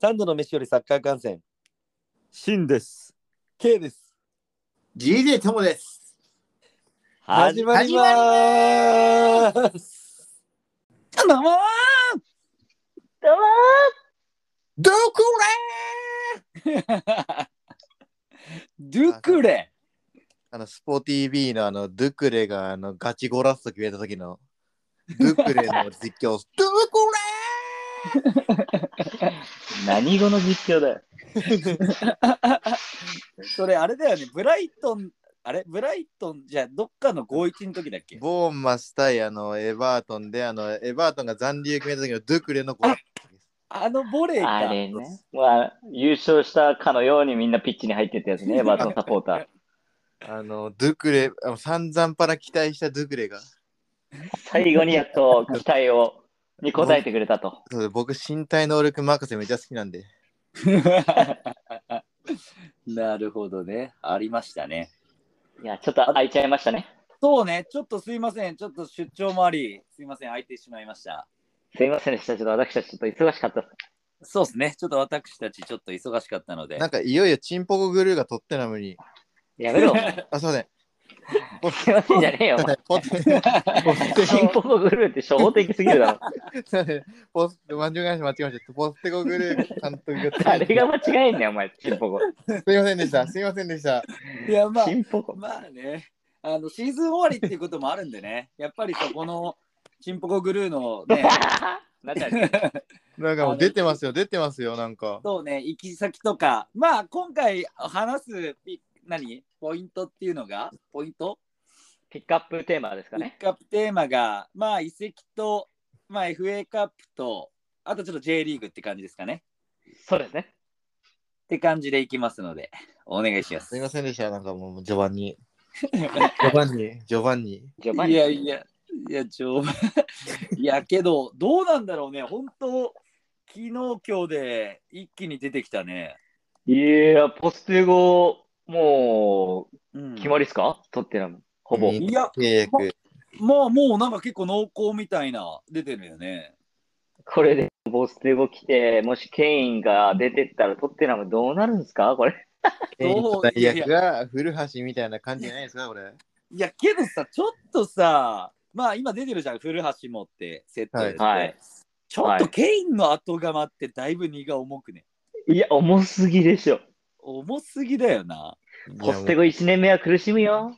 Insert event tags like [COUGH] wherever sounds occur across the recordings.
三度の飯よりサッカー観戦シンです。 K です。 GJ ともです。始まりまーす。どうもどうもどこードゥクレあの、スポーティービーのあの、ドゥクレがあの、ガチゴラスと決めた時の、ドゥクレの実況、ドゥ何語の実況 [LAUGHS] だよ。それあれだよね、ブライトン、あれブライトンじゃどっかの5-1の時だっクレけボーンマス対あの、エバートンで、あの、エバートンが残留決めた時のドゥクレのゴラあのボレーあか。れね。まあ、優勝したかのようにみんなピッチに入ってったやつね、エ [LAUGHS] バートンサポーター。あの、ドゥクレ、あの散々パラ期待したドゥクレが、最後にやっと期待を、に応えてくれたと。そう僕、身体能力任せめっちゃ好きなんで、 [LAUGHS] なるほどね。ありましたね。いや、ちょっと開いちゃいましたね。そうね、ちょっとすいません。ちょっと出張もあり、すいません、空いてしまいました。すいませんでした。ちょっと私たちちょっと忙しかったです。そうですね。ちょっと私たちちょっと忙しかったのでな。んかいよいよチンポコグルーが取ってなのに、やめ [LAUGHS] ろ、お前あ、すいません。すいませんじゃねえ [LAUGHS] よ、お前。ポッ進歩グルーって初歩的すぎるだ [LAUGHS] ろ。すいませんポスト、まんじゅう返し間違えました。ポステコグループ監督が誰が間違えんねん、お前、進歩語。すいませんでした。すいませんでした。いや、まあ、進歩語。まあね、あのシーズン終わりっていうこともあるんでね、 [LAUGHS] やっぱりそこのチンポコグルーのね、 [LAUGHS] [LAUGHS] なっちゃうねなんかもう出てますよ、出てますよ、なんか。そうね、行き先とか、まあ今回話すピ何ポイントっていうのが、ポイントピックアップテーマですかピッね。クアップテーマが、まあ移籍と、まあ FA カップと、あとちょっと J リーグって感じですかね。そうですね。って感じでいきますので、お願いしま [LAUGHS] す。すいませんでした、なんかもう序盤に。序盤に。序盤に。序盤いやいや、いや、冗談いや、けど、どうなんだろうね、本当、昨日、今日で一気に出てきたね。いや、ポステゴ、もうんう、決まりっすか、トッテナム。ほぼ。いいや、契約。まあ、もうなんか結構濃厚みたいな、出てるよね。これで、ポステゴ来て、もしケインが出てったら、トッテナムどうなるんですかこれ。 [LAUGHS] そう契約が古橋みたいな感じじゃないですか、これ。いや、けどさ、ちょっとさ、まあ、今出てるじゃん、古橋もって、セットで、はい。ちょっとケインの後釜って、だいぶ荷が重くね。いや、重すぎでしょ。重すぎだよ [LAUGHS] な。ポステゴ1年目は苦しむよ。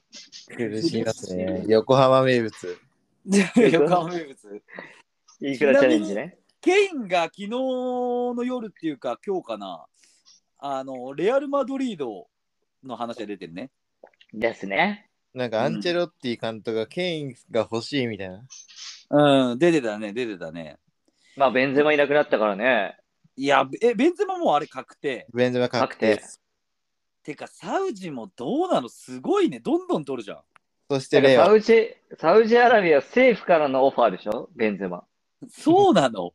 苦しみますね。横浜名物。横浜名物。いくらチャレンジね。ケインが昨日の夜っていうか今日かなあのレアル・マドリードの話が出てるねですね。なんかアンチェロッティ監督がケインが欲しいみたいな。うん出てたね出てたねまあ、ベンゼマいなくなったからね。いやえベンゼマもうあれ確定ベンゼマ確定。てかサウジもどうなのすごいねどんどん取るじゃん [LAUGHS] そしてだからレサア。ウジ、サウジアラビア政府からのオファーでしょベンゼマ。そうなの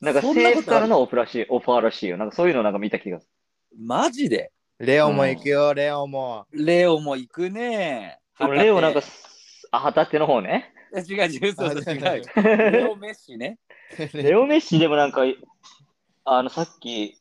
なんかそんなことある政府からのオフらしい、オファーらしいよ。なんかそういうのなんか見た気がすマジでレオも行くよ、レオも。レオも行くねる。俺レオなんか旗、あ、旗手の方ね。手違う違うそうそう違う [LAUGHS] レオメッシねレオメッシでもなんか、あの、さっき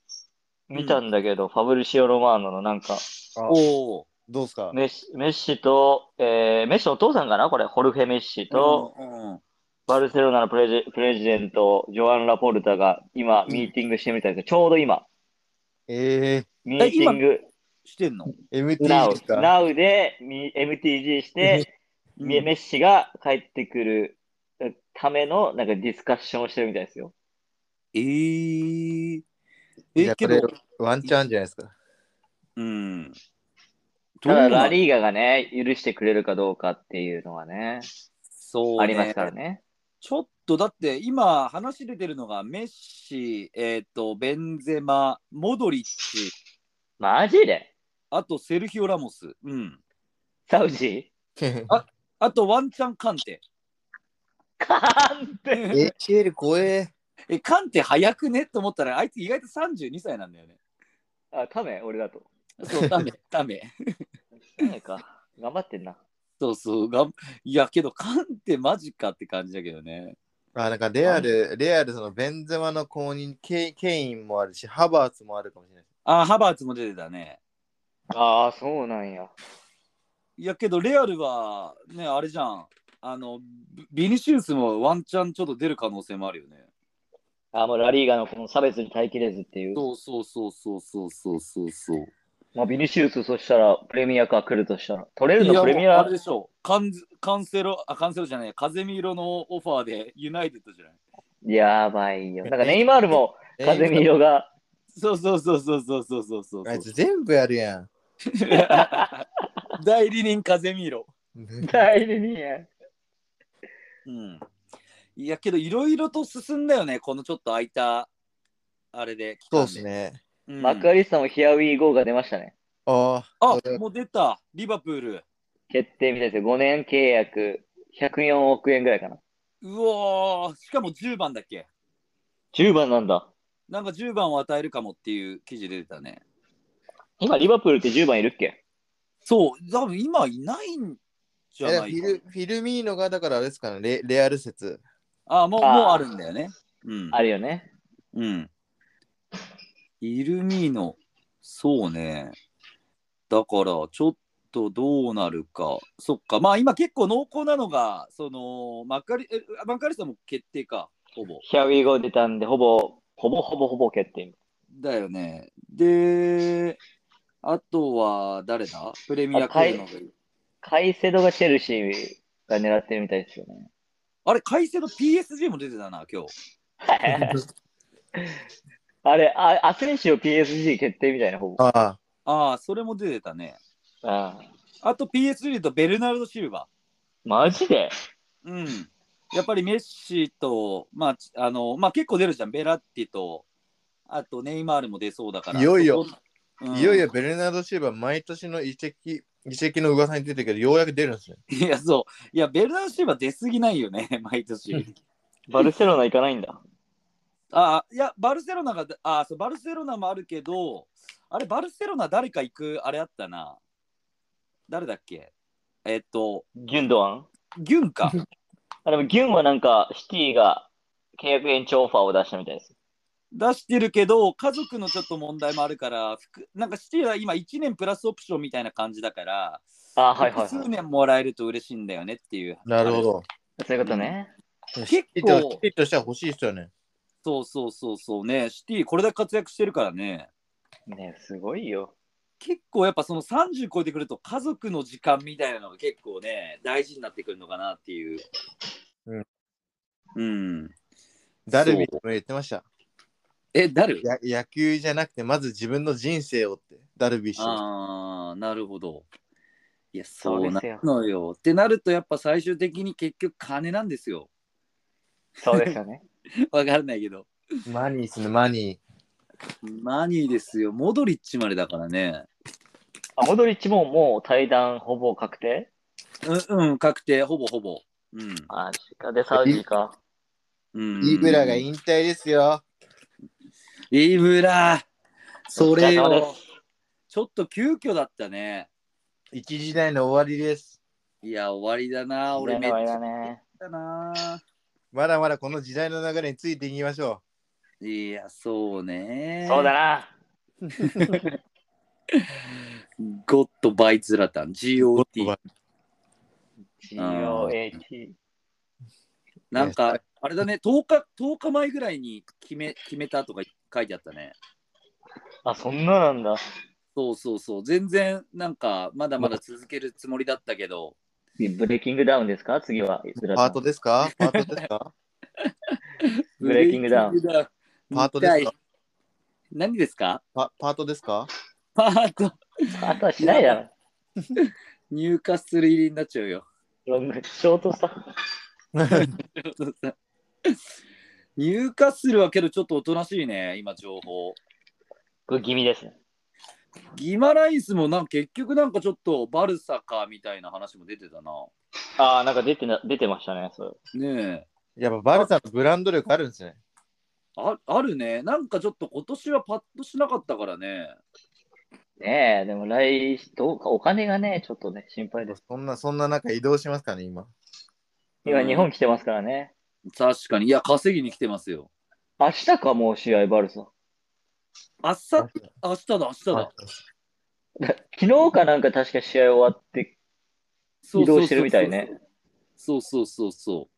見たんだけど、ファブリシオ・ロマーノのなんか、おおどうすかメッシメッシと、えーメッシのお父さんかなこれ、ホルフェ・メッシと、うんうんバルセロナのプレジプレジデント、ジョアン・ラポルタが今、ミーティングしてみたんですけど、ちょうど今、えミーティング、してんのー、ナ MT ですウ、かナウでみ MTG して、みメッシが帰ってくるえための、なんかディスカッションをしてるみたいですよ。えー、じゃえあけこれどワンチャンじゃないですか。うん。ただ、どうなラリーガがね、許してくれるかどうかっていうのはね、そう、ありますから。ね。ちょっとだって今話出てるのがメッシ、えっ、と、ベンゼマ、モドリッチ、マジであとセルヒオ・ラモス。うん。サウジ [LAUGHS] [LAUGHS] あとワンチャンカンテ。カーンって。 HL 怖え。 [LAUGHS] え、カンテ早くねと思ったら、あいつ意外と32歳なんだよね。あ、タメ俺だと。そう、ダメ、ダメ。タメか。頑張ってんな。そうそうがん。いや、けど、カンってマジかって感じだけどね。あなんかレアル、レアル、そのベンゼマの公認ケ、ケインもあるし、ハバーツもあるかもしれない。あ、ハバーツも出てたね。ああ、そうなんや。いや、けど、レアルは、ね、あれじゃん。あの、ビビニシウスもワンチャンちょっと出る可能性もあるよね。あーもうラリーガのこの差別に耐えきれずっていう。そうそうそうそうそうそうそうそう。まあ、ビニシウス、そしたらプレミアか来るとしたら。取れるいやのプレミアあれでしょカンズカンセロあカンセロじゃないカゼミーロのオファーでユナイテッドじゃないやばいよ。なんかネイマールもカゼミーロが。そうそうそうそうそうそうそうそうあいつ全部やる [LAUGHS] やん。代理人カゼミーロ代理人や。うんいやけどいろいろと進んだよねこのちょっと空いたあれで期そう間ですね。うんマクアリスタもヒアウィーゴーが出ましたね。ああそれもう出たリバプール決定みたいですよ。5年契約、104億円ぐらいかな。うおーしかも10番だっけ10番なんだ。なんか10番を与えるかもっていう記事出てたね今、リバプールって10番いるっけそう多分今いないんじあ、ゃえフないィかルフィルミーノがだからあれですかね、レレアル説。あもうもうあーあるんだよねうんあるよね。うん。イルミーノ、そうね。だから、ちょっとどうなるか。そっか。まあ、今結構濃厚なのが、その、マカリ、えマカリスタも決定か、ほぼ。ヒアウィーゴー出たんで、ほぼ、ほぼほぼほぼ決定。だよね。で、あとは、誰だプレミアあかい来るのがいいカイセドがチェルシーが狙ってるみたいで [LAUGHS] すよね。あれ、改正の PSG も出てたな、今日。あれ、あアセンシオ PSG 決定みたいな、ほぼ。ああ、ああ、それも出てたね。あああと PSG とベルナルド・シルバ。マジでうん、やっぱりメッシと、まあちあのまあ、結構出るじゃん、ベラッティと、あとネイマールも出そうだから。いよいよそこ、うんいよいよベルナード・シーバー、毎年の移籍、移籍の噂に出てるけど、ようやく出るんですね。いや、そう。いや、ベルナルシーバ出すぎないよね、 [LAUGHS] 毎年。バルセロナ行かないんだ。あいや、バルセロナが、あそう、バルセロナもあるけど、あれ、バルセロナ誰か行く、あれあったな。誰だっけえっと、ギュンドアンギュンか。あでもギュンはなんか、シティが契約延長オファーを出したみたいです。出してるけど、家族のちょっと問題もあるから、服なんかシティは今1年プラスオプションみたいな感じだから、あはいはい、はい。複数そう年もらえると嬉しいんだよねっていう。なるほど。いうことね。結ヒット構ヒ、ットしたら欲しい人よね。そうそうそうそうね、シティこれだけ活躍してるからね、ねすごいよ。結構やっぱその30超えてくると家族の時間みたいなのが結構ね、大事になってくるのかなっていう。うん。うん。ダルビッシュも言ってました。え、誰や野球じゃなくて、まず自分の人生をって、ダルビッシュ。ああ、なるほど。いや、そそううでなすよのよ。ってなるとやっぱ最終的に結局金なんですよ。そうです [LAUGHS] よね。わかんないけど。マニーですね、マニマニーですよ。モドリッチまでだからね。あ、モドリッチももう対談ほぼ確定うん、うん、確定、ほぼほぼ。うん。マジか。で、サウジか。うんー。イーブラが引退ですよ。イーブラそれお疲れ様よでちょっと急遽だったね一時代の終わりです。いや終わりだな俺めっねちあれゃだね。だなまだまだこの時代の流れについていきましょいやそうねそうだな。ゴッドバイズラタンう。 GOT GOAT。なんかあれだね10日10日前ぐらいに決め決めたとか書いてあったねあ、そんななんだ。そうそうそう全然なんかまだまだ続けるつもりだったけどブレイキングダウンですか次は。パートですかパートです [LAUGHS] かブレイキングダウンブレイキングダウンパートです見たかい何ですかパパートですか [LAUGHS] パートあとはしないだろ。入荷する入りになっちゃうよ。 [LAUGHS] ロングショートさ。入荷するはけどちょっとおとなしいね、今情報。これ気味ですね。ギマライスもなん結局なんかちょっとバルサかみたいな話も出てたな。ああ、なんか出てな出てましたね。そうねえ。やっぱバルさんのブランド力あるんですね。ああるね。なんかちょっと今年はパッとしなかったからね。ねえ、でも来、どうか、お金がね、ちょっとね、心配です。そんな、そんな中移動しますかね、今。今、うん日本来てますからね。確かに。いや、稼ぎに来てますよ。明日か、もう試合、バルサ。 [LAUGHS] 明日、明日だ、明日だ。昨日かなんか確か試合終わって、そうそうそうそう移動してるみたいね。そうそうそうそ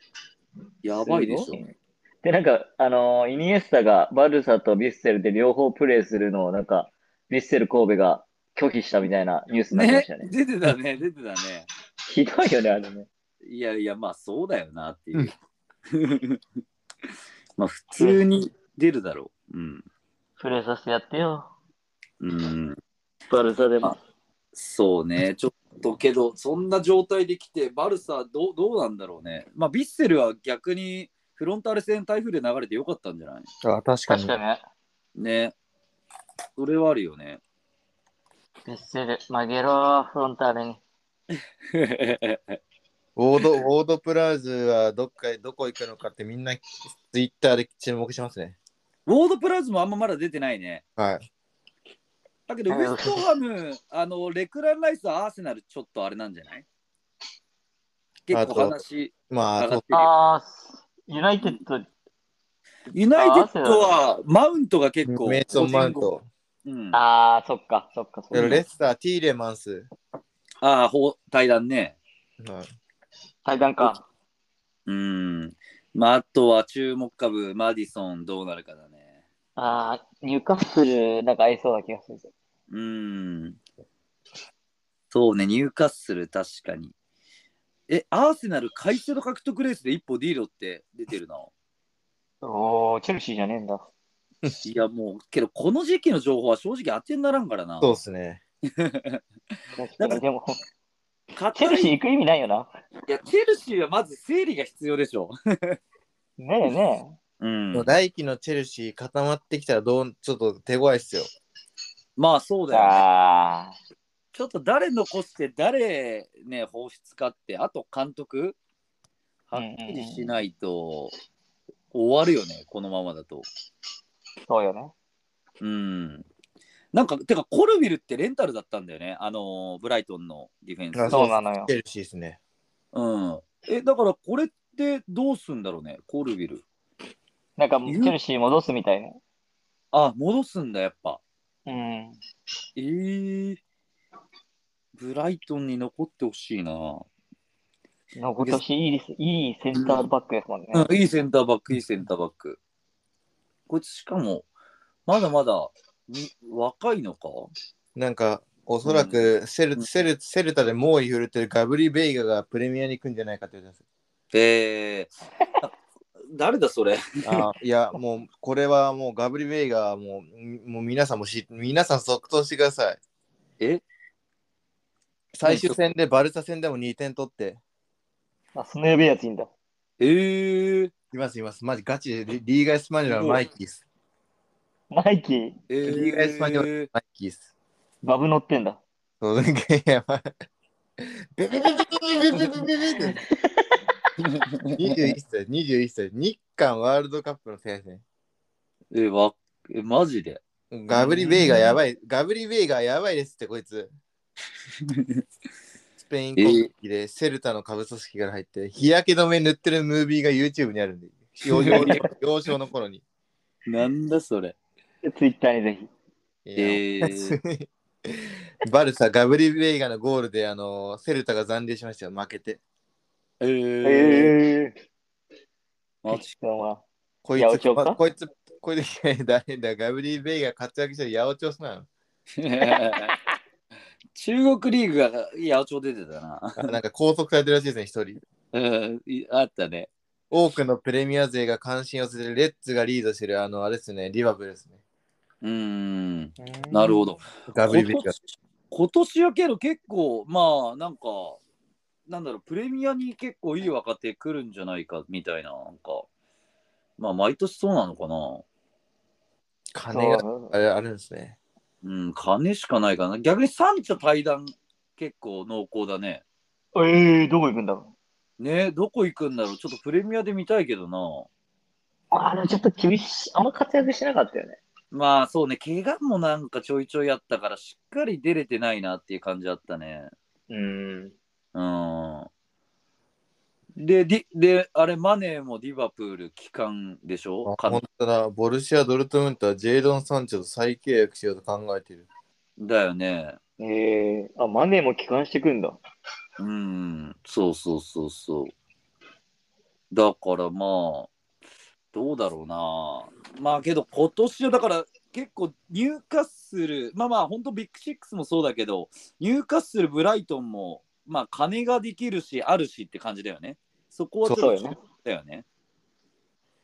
う。やばいでしすょご。ねで、なんか、あのーイニエスタがバルサとヴィッセルで両方プレーするのを、なんか、ヴィッセル神戸が拒否したみたいなニュースになりまねしたね。、出てたね、出てたね。ひどいよね、あれね。いやいや、まあそうだよなっていう。 [LAUGHS] まあ普通に出るだろう。うん。プレーさせてやってよ。うん、バルサでもあ。そうね、ちょっとけど、そんな状態で来て、バルサどう、どうなんだろうね。まあ、ヴィッセルは逆にフロンターレ戦、台風で流れてよかったんじゃないあ、確かに。確かにね。ね。それはあるよね。ヴィッセル、曲げろ、フロンターレに。ウォード、ウォードプラーズはどっかへ、どこ行くのかってみんなツイッターで注目しますね。ウォードプラズもあんままだ出てないね。はい。だけど、ウェストハム、あの、レクランライスはアーセナルちょっとあれなんじゃない結構話まあ、上がそっうてるよああ、ユナイテッド、ユナイテッドはマウントが結構。メイソン・マウン個人ト。ご。うん、あああ、そっか、そっか、そっか。レッサー、ティーレマンス。あ、ほ対談ね。はい対談か。うん。まあ、あとは注目株、マディソンどうなるかだね。ああ、ニューカッスル、なんか合いそうな気がする。うん。そうね、ニューカッスル、確かに。え、アーセナル、回数の獲得レースで一歩ディーロって出て [LAUGHS] るな。おー、チェルシーじゃねえんだ。いや、もう、けど、この時期の情報は正直当てにならんからな。そうですね。確なんかかに、でも、チ硬ェルシーい行く意味ないよな。いや、チェルシーはまず整理が必要でしょ。ねえねうん来季のチェルシー固まってきたらどう、ちょっと手強いっすよ。まあ、そうえ。だよね。ああ、ちょっと誰残して誰ね放出かってあと監督はっきりしないと終わるよねこのままだとそうよね。うんなんかてかコルビルってレンタルだったんだよねあのーブライトンのディフェンあスそうなのよチ。ェルシーですね。うんえだからこれってどうすんだろうねコルビルなんか、チェルシー戻すみたいな。あ戻すんだやっぱうん。えー、ブライトンに残ってほしいなの今年いいです。いいセンターバックですもんね。うん、いいセンターバック、いいセンターバック。こいつしかも、まだまだに若いのかなんか、おそらくセル、うんセル、セルタで猛威振るってるガブリ・ベイガがプレミアに行くんじゃないかって言ってえー、あ誰だそれ。ます。あーいや、もう、これはもうガブリ・ベイガはもう、みもう皆さんもし、皆さん即答してください。え最終戦でバルサ戦でも2点取って。あ、その呼びやついいんだ。えー、いますいます。マジガチでリリーガ・エスパニョラのマイキース。マイキー、えリーガエスパニョー、マイキース。バブ乗ってんだ。そう、なんか、やばい。ベベベベベベベベベって21歳、21歳、日韓ワールドカップの選手えーわえマジで。ね。ガブリ・ベイがやばい、ガブリ・ベイがやばいですって、こい [LAUGHS] つ。スペイン国籍でセルタの下部組織から入って、日焼け止め塗ってるムービーが YouTube にあるんで、幼少 [LAUGHS] 幼少の頃に。なんだそれ。ツイッターにぜひ。いやえー、バルサ、ガブリ・ベイガのゴールで、あのセルタが残留しましたよ、負けて。えー、ええマジ [LAUGHS] ー。まあこい八百つ、長かまこいつ、こいつ、 [LAUGHS] 誰だ、ガブリ・ベイが活躍してる八百長さなの。中国リーグが八百長出てたな。あなんか拘束されてるらしいですね、一人。うん、いあったね。多くのプレミア勢が関心を寄せてるレッツがリードしてる、あの、あれですね、リバプールですね。うーん、なるほど。ガブリ・ベイ今が。年今年はけど結構まあなんかなんだろうプレミアに結構いい若手来るんじゃないかみたいななんかまあ毎年そうなのかな金がそうあれあるんですね。うん金しかないかな逆に三茶対談結構濃厚だねええー、どこ行くんだろう。ねどこ行くんだろうちょっとプレミアで見たいけどなあれちょっと厳しい。あんま活躍しなかったよね。まあそうね、怪我もなんかちょいちょいあったから、しっかり出れてないなっていう感じだったね。うん。うん。で、で、であれ、マネーもディバプール期間でしょか本当だ、ボルシア・ドルトムントはジェイドン・サンチェと再契約しようと考えてる。だよね。ええあ、マネーも帰還してくんだ。うん、そうそうそうそう。だからまあ、どうだろうな。まあけど今年はだから結構ニューカッスル、まあまあ本当ビッグシックスもそうだけど、ニューカッスル、ブライトンも、まあ金ができるし、あるしって感じだよね。そこはちょっそうとだよねだよね。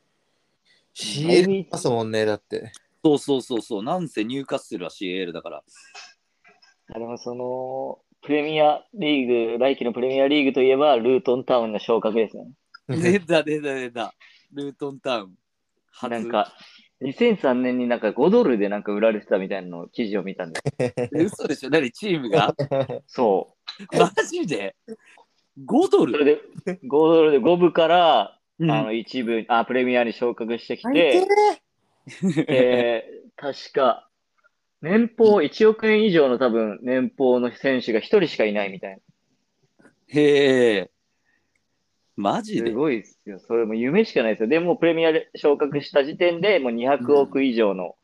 だいぶ CL パスもんね、だって。そうそうそうそう、なんせニューカッスルは CL だから。あれもその、プレミアリーグ、来季のプレミアリーグといえば、ルートンタウンの昇格ですよね。 [LAUGHS] 出た出た出た。ルートンタウン。初なんか、2003年になんか5ドルでなんか売られてたみたいなのを記事を見たんだよ。え嘘でしょ何チーム [LAUGHS] がそマジで ?5 ドう。そルれで、5ドルで5部から、うあの、一部、あ、プレミアに昇格してきて、 [LAUGHS] えー確か、年俸1億円以上の多分、年俸の選手が1人しかいないみたいへえ。マな。ジすでごいですよ。それも夢しかないですよ。でも、プレミアで昇格した時点で、もう200億以上の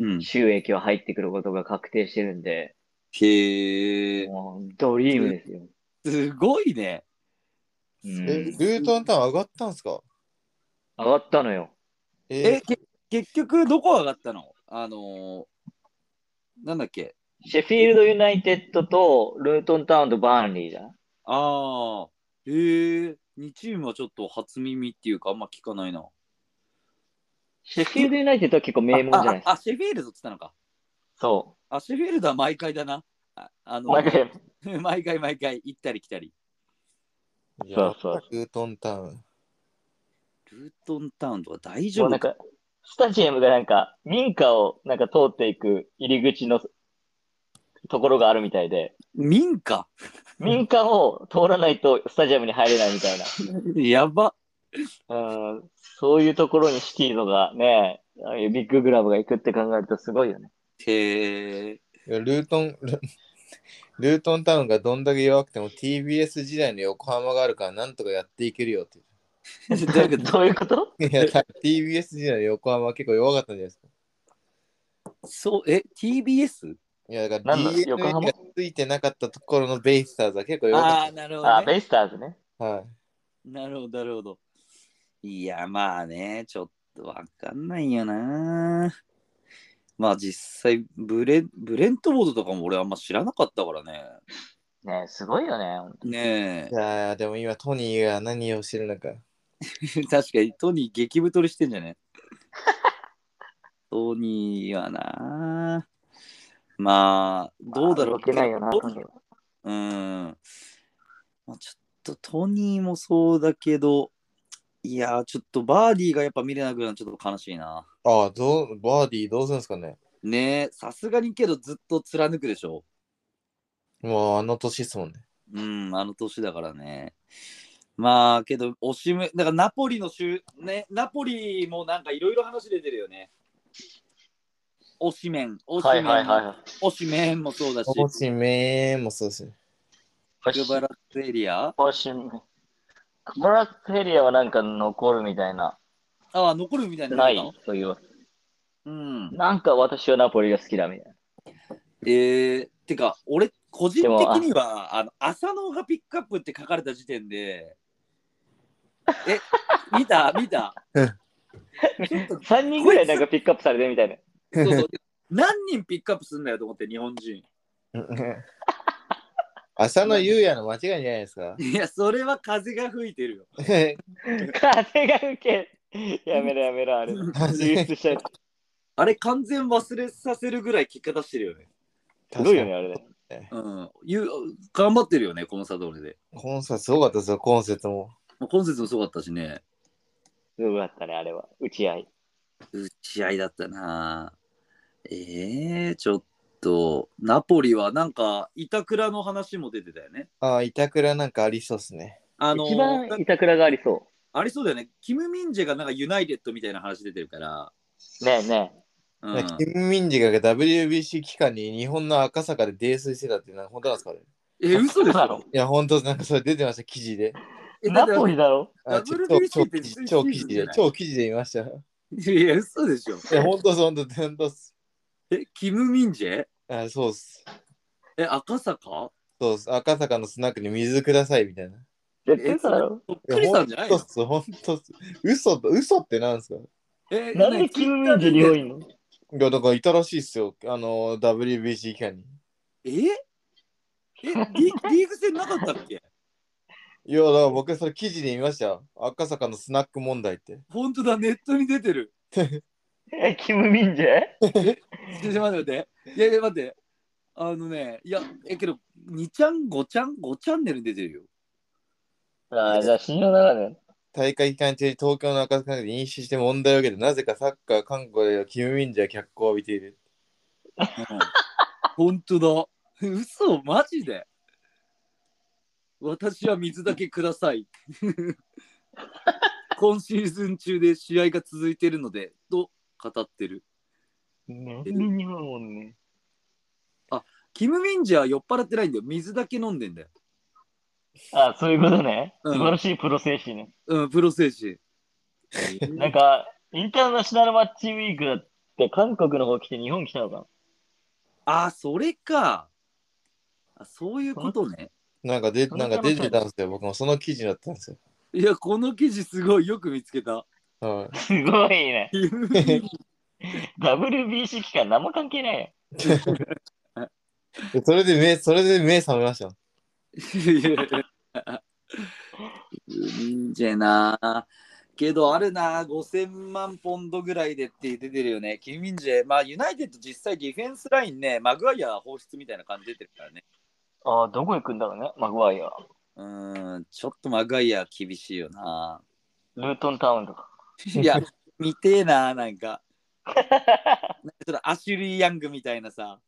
うん。収益は入ってくることが確定してるんで、へえ。もうドリームですよ。すごいね。うえルん、ートンタウン上がったんすか上がったのよ。え、えけ結局どこ上がったのあのー、なんだっけシェフィールドユナイテッドとルートンタウンとバーンリーだ。ああ。へえ。2チームはちょっと初耳っていうかあんま聞かないな。シェフィールドユナイテッドは結構名門じゃないですああか。あ、シェフィールドって言ったのか。そあ、シェフィールドは毎回だな。ああう。のなんか、 [LAUGHS] 毎回毎回行ったり来たり。ーやそうそうルートンタウン。ルートンタウンとか大丈もうな夫んか、スタジアムがなんか、民家をなんか通っていく入り口のところがあるみたいで、民家民家を通らないとスタジアムに入れない [LAUGHS] みたいな。やば。うん、そういうところにシティのがね、ああいうビッググラブが行くって考えるとすごいよね。へえ。いやルートン、ルルートンタウンがどんだけ弱くても TBS 時代の横浜があるからなんとかやっていけるよって。 [LAUGHS] だけどどういうこといや、た TBS 時代の横浜は結構弱かったんじゃないですか。そう、え、TBS? いや、だからなんだ DNA 横浜がついてなかったところのベイスターズは結構弱かあっあ、なるほあど、あ、ね。ベイスターズね。た。はい。なるほど、なるほど。いや、まあね、ちょっとわかんないよな。まあ実際ブレ、ブレントボードとかも俺あんま知らなかったからね。ねすごいよね。ねいやーでも今トニーが何をしてるのか。え、 [LAUGHS] 確かにトニー激太りしてんじゃねトニーはな。まあ、どうだろう。動けないよな、とにかくうん。まあ、ちょっとトニーもそうだけど、いやー、ちょっとバーディーがやっぱ見れなくなるのちょっと悲しいな。ああ、どう、バーディーどうするんですかね。ねえ、さすがにけどずっと貫くでしょ。もうあの年ですもんね。うん、あの年だからね。まあけど、おしむ、だからナポリの週、ね、ナポリもなんかいろいろ話出てるよね。おしめん、おしはめいん、はいはおしめんもそうだし、もしめーもそうですね。い。グバラッツエリア。ポシン。クボラッツエリアはなんか残るみたいな。ああ、残るみたいなのなあるのいという。うん。なんか私はナポリが好きだみたいな。えー、てか俺個人でもあ的にはあの浅野がピックアップって書かれた時点でえ見た見たうんちょっと3人ぐらいなんかピックアップされてるみたいな。そうそう何人ピックアップすんだよと思って日本人 [LAUGHS] 浅野優也の間違いじゃないです [LAUGHS] か。いやそれは風が吹いてるよ風が受ける。やめろやめろ、あれ。流出しちゃう。あれ完全忘れさせるぐらい結果出してるよねすごいよね、あれね。うんゆ頑張ってるよねこのサドールで [LAUGHS] コンセプトすごかったですよ、コンセプトも。もう今節もすごかったしねすごかったね、あれは。打ち合い。打ち合いだったなえー、ちょっとナポリはなんか板倉の話も出てたよねああ、板倉なんかありそうですね。あの一番だ板倉がありそありそうだよねキム・ミンジェがなんかユナイテッドみたいな話出てるからう。ねえねうんなんかキム・ミンジが WBC 期間に日本の赤坂で泥酔してたってなんか本当なんですかねえ、嘘でしそうなのょいや、本当なんかそれ出てました、記事で。えだナってポリだろあちょ WBC 超超って記事超記事シーズンじゃでない、超記事で見ました。いいや、嘘でしょ。や、本当です、本当です、本当です。え、キム・ミンジェあそうっす。え、赤坂そうっす。赤坂のスナックに水くださいみたいな。絶対そうだろそっいくりやさんじゃないほのんとっす、本当っす。嘘と、嘘ってなんですかえ、なんでキム・ミンジに多いいのいや、だからいたらしいっすよ。あの、WBC 期間に。ええリ、リー [LAUGHS] グ戦なかったっけいや、だから僕、それ記事で見ましたよ。赤坂のスナック問題って。本当だ、ネットに出てる。え、キム・ミンジェちょっと待って待って。いやいや、待って。あのね、 [LAUGHS] いや、え、けど、2ちゃん、5ちゃん、5チャンネルに出てるよ。ああ、じゃあ信用ならね。大会期間中に東京の赤坂で飲酒して問題を受けて、なぜかサッカー、韓国ではキム・ミンジは脚光を浴びている。本当だ。嘘、マジで。私は水だけください。 [LAUGHS] 今シーズン中で試合が続いているので、と語ってる。なんで日本もんね。キム・ミンジは酔っ払ってないんだよ。水だけ飲んでんだよ。ああ、そういうことね。うん素晴らしいプロ精神ね。うん、プロ精神。なんか、インターナショナルマッチウィークだって、韓国の方来て日本来たのかなあ、それか。あそういうことね。なんかで、そなのん可か能性出てたんですよ。僕もその記事だったんですよ。いや、この記事すごいよく見つけた。はすごいね。キム・ミンジ WBC 期間何も関係ないよ。い。でそれで目、それで目覚めました。いやいやいやいいんじゃな。けどあるな、5000万ポンドぐらいでって出てるよね。キム・ミンジェ、まあユナイテッド実際ディフェンスラインね、マグワイア放出みたいな感じ出てるからね。ああ、どこ行くんだろうね、マグワイア。うーん、ちょっとマグワイア厳しいよな。ルートンタウンとか。 [LAUGHS] いや、見てえな、なんか。なんかちょっとアシュリー・ヤングみたいなさ、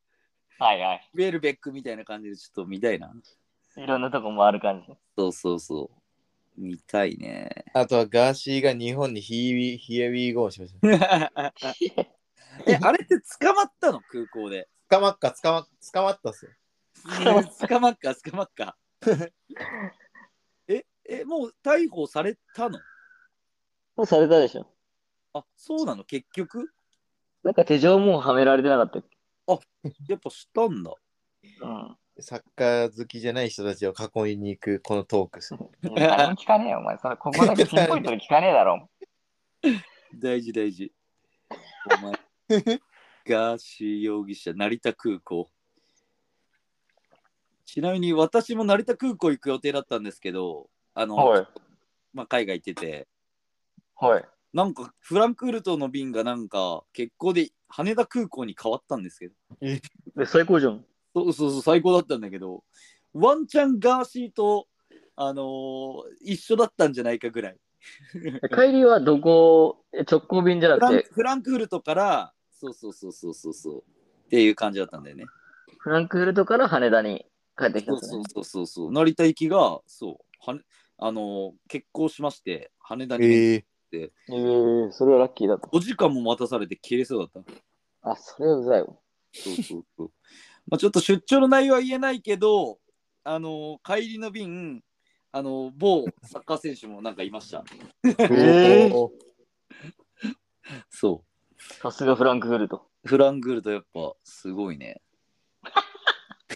はいはい。ウェルベックみたいな感じでちょっと見たいな。いろんなとこもある感じ。そうそうそう。見たいね。あとはガーシーが日本にヒービー、ヒービーゴーしました。 [LAUGHS] え、あれって捕まったの空港で。捕まっか、捕まっ、捕まったっすよ。捕まっか、捕まっか。え、え、もう逮捕されたのもうされたでしょ。あ、そうなの結局なんか手錠もうはめられてなかったっけやっぱしたんだ。うん。サッカー好きじゃない人たちを囲いに行くこのトークっす。いや誰も聞かねえよ、お前。それここだけピンポイントで聞かねえだ [LAUGHS] ろ。大事、大事。お前、ガーシー容疑者、成田空港。ちなみに私も成田空港行く予定だったんですけど、あの、はい。まあ、海外行ってて、はい。なんかフランクフルトの便がなんか欠航で羽田空港に変わったんですけどで、最高じゃん。そうそうそう最高だったんだけどワンチャンガーシーとあのー一緒だったんじゃないかぐらい帰りはどこ、え直行便じゃなフラくンて、フランクフルトからそうそうそうそうそうそうっていう感じだったんだよねフランクフルトから羽田に帰ってきたそんうですそう。そねうそうそう成田行きがそうはねあのー欠航しまして羽田に変ええええそれはラッキーだと。更5時間も待たされて消えそうだったあ、それはうざいわ。そうそうそう。 [LAUGHS] まあちょっと出張の内容は言えないけど、あの帰りの便、あの某サッカー選手もなんかいました。えーおーそさすがフランクフルト。う。フランクフルトやっぱすごいね。 [LAUGHS]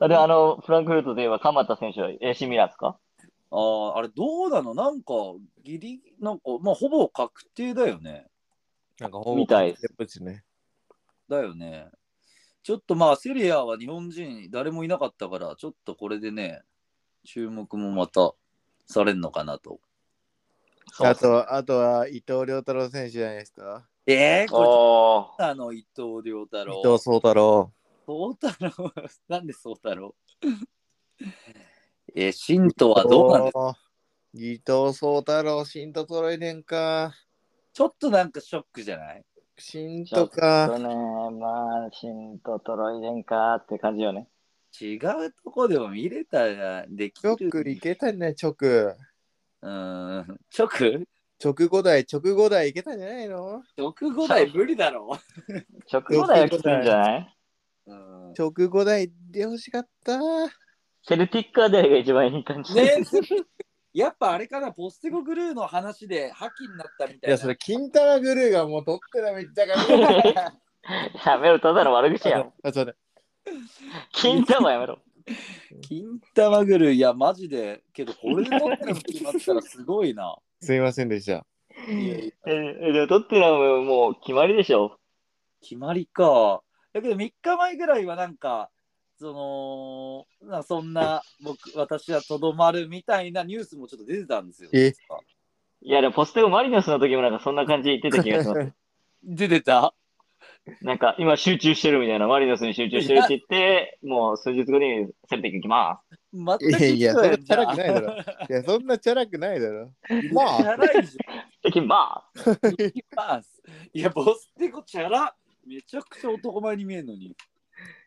あで、あの、フランクフルトで言えば、鎌田選手は AC ミラーですかあーあれどうなのなんかギリなんかまあほぼ確定だよね。なんかほぼみたいやっぱりね。だよね。ちょっとまあセリアは日本人誰もいなかったからちょっとこれでね注目もまたされるのかなと。あと、あとは伊藤良太郎選手じゃないですか。えー、こあれあの伊藤亮太郎。伊藤壮太郎。そう太郎 [LAUGHS] なんでそう太郎えー、神道はどうなんですかおー伊藤壮太郎、新と揃えねんか。ちょっとなんかショックじゃない新ちょとっとか。ね、まあ、シンとトロイデンかって感じよね。違うとこでも見れたらでき直いる。けたね、直。うーん。直直後台、直後台いけたんじゃないの直後台無理だろ。直後台はきついんじゃないうん、直後台で欲しかった。セルティックアデアが一番いい感じ。ね [LAUGHS] やっぱあれかな、ポステゴグルーの話で覇気になったみたいな。いや、それ、金玉グルーがもう取ってためっちゃかっこいい [LAUGHS] やめろ、ただの悪口やん。あ、そうだ。金玉やめろ。金玉グルー、いや、マジで、けど、これで取ってるってなったらすごいな。すいませんでした。いやいやえ、えでもトッテナムもう決まりでしょ。決まりか。だけど、3日前ぐらいはなんか、その、なそんな、僕、私はとどまるみたいなニュースもちょっと出てたんですよ。えいや、でもポステゴマリノスの時もなんかそんな感じで言ってた気が [LAUGHS] します。出てたなんか今集中してるみたいな、マリノスに集中してるって言って、もう数日後にセルティック行きま全くいやいや、それチャラくくないだろ。いや、そんなチャラくないだろ。ままあ、チャラいじす。行きまゃん。行きます。いや、ボステゴチャラ。めちゃくちゃ男前に見えるのに。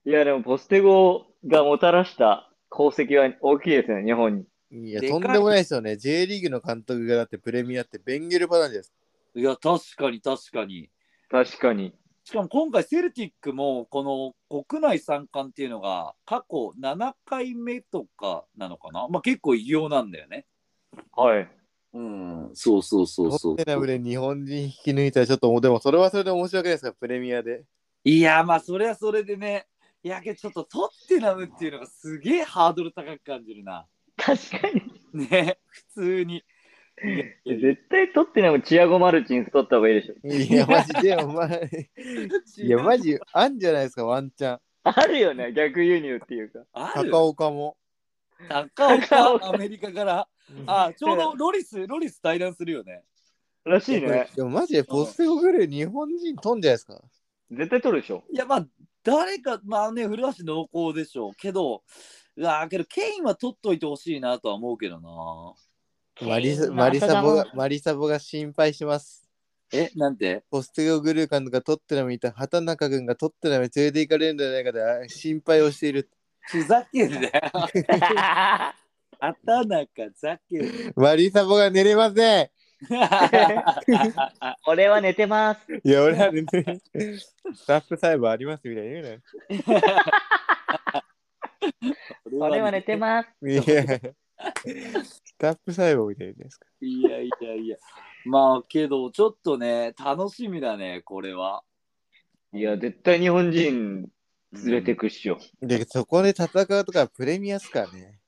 す。いや、でもポステゴがもたらした功績は大きいですね、日本に。いや、でかといんでもないですよね。J リーグの監督がだってプレミアってベンゲルパターンです。いや、確かに確かに。確かに。しかも今回、セルティックもこの国内三冠っていうのが過去7回目とかなのかな、まあ、結構異様なんだよね。はい。うん、そうそうそトッテナムで日本人引き抜いたらちょっと、でもそれはそれで面白くないですか、プレミアで。いや、まあ、それはそれでね、いやけどちょっとトッテナムっていうのがすげえハードル高く感じるな。確かに。ね、普通に。絶対取ってないもんチアゴ・マルチンス取った方がいいでしょ。いや、マジで、お前。いや、マジ、あんじゃないですか、ワンチャン。あるよね、逆輸入っていうか。ある高岡も。高高岡、岡アメリカから。あ、ちょうどロリス、ロリス対談するよね。らしいね。でもマジでポステゴグルー日本人飛んじゃないですか。絶対取るでしょ。いや、まあ、誰か、まあね、古橋濃厚でしょうけど、うわーけど、ケインは取っといてほしいなとは思うけどな。マリうサんマリサボがマリサボが心配します。え、なんてポステゴグルー監督が取ってナムいた畑中君が取ってナムに連れて行かれるんじゃないかであ心配をしている。ふざけんなよ。畑中、ざけんマリサボが寝れません。な [LAUGHS] 俺は寝てます。いや、俺はね、スタッフ裁判ありますみたいに言うなよ。 [LAUGHS] 俺は寝てます。いや、スタッフ裁判みたいですか。いやいやいや。まあ、けど、ちょっとね、楽しみだね、これは。いや、絶対日本人連れてくっしょ。で、そこで戦うとかプレミアスかね。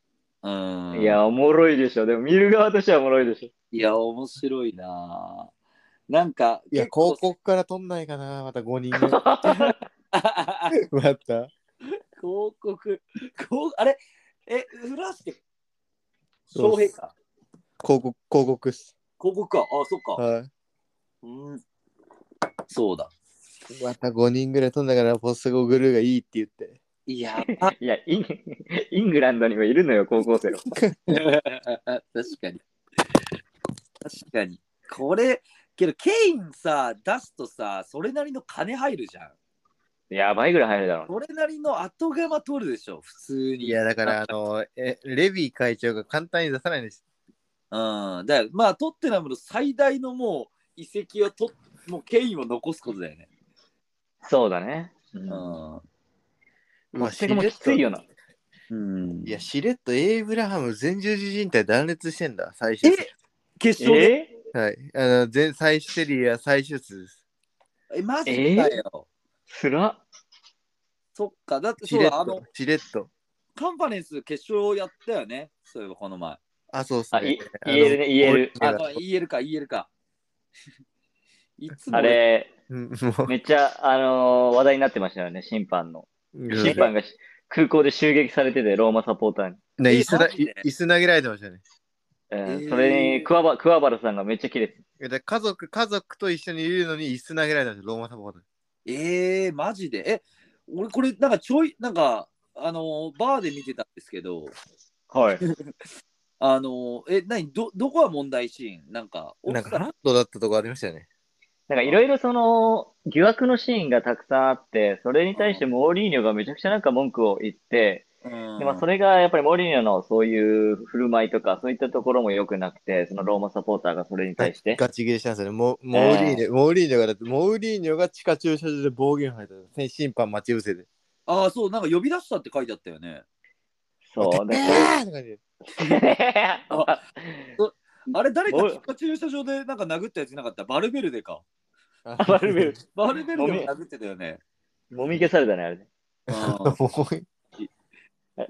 うん。いや、おもろいでしょ。でも見る側としてはおもろいでしいや、面白いな。なんか、いや、結構広告から取んないかな、また5人 [LAUGHS] ょ。目。また。広告、こうあれえ、フラスケそう翔平か。広告、広告っす。広告か。あ、そっか。はうん。そうだ。い。また5人ぐらい取んだから、ポスゴグルーがいいって言って。いや、いや、インイングランドにはいるのよ、高校生は。確かに。確かに。これ、けど、ケインさ、出すとさ、それなりの金入るじゃん。 [LAUGHS] やばいぐらい入るだろうね。それなりの後釜取るでしょ、普通に。いや、だ [LAUGHS] から、あの、えレビー会長が簡単に出さないんです。うん。だからまあ、トッテナムの最大のもう、遺跡をと、もう、ケインを残すことだよね。そうだね。う。うんん。まあ、それもきついよな。うん、いや、しれっとエイブラハム前十字靭帯断裂してんだ、最終節え決勝でえはい。あの、全最終セリア最終節です。えマジかよ。つらそっか、だってしそうれっだ、あのと、。しれっと。カンファレンス決勝やったよね、そういえばこの前。あ、そうっすあ、いね。言えるね、言える。あ、ごめん言えるか、言えるか。 [LAUGHS] いつもあれ、うんもめっちゃ、あのー話題になってましたよね、審判の。う、審判がし空港で襲撃されてて、ローマサポーターに。ね、え椅子だ、マジでい椅子投げられてましたね。うんえーそれに、クワバ、クワバラさんがめっちゃキレていやだから家族、家族と一緒にいるのに椅子投げられたんですよ、ローマサポーターに。えー、マジで。え、俺これ、なんかちょい、なんか、あのーバーで見てたんですけど、た。はい。あのーえ、何ど、どこが問題シーンなんか、なん奥か、さハラットだったとこありましたよね。なんかいろいろその、疑惑のシーンがたくさんあって、それに対してモーリーニョがめちゃくちゃなんか文句を言って、うんでまあ、それがやっぱりモリーニョのそういう振る舞いとか、そういったところも良くなくて、そのローマサポーターがそれに対して、ガチ切れしたんですよね。モモーリーニョ、モーリーニョがだって、モーリーニョが地下駐車場で暴言吐いたんですよ。審判待ち伏せで。ああ、そう、なんか呼び出したって書いてあったよね。そう、えでーって感じでああれ、誰か地下駐車場でなんか殴ったやついなかったバルベルデか。あバルベ [LAUGHS] ル。バルベルデも殴ってたよ [LAUGHS] ね。もみ消されたね、あれね。あもう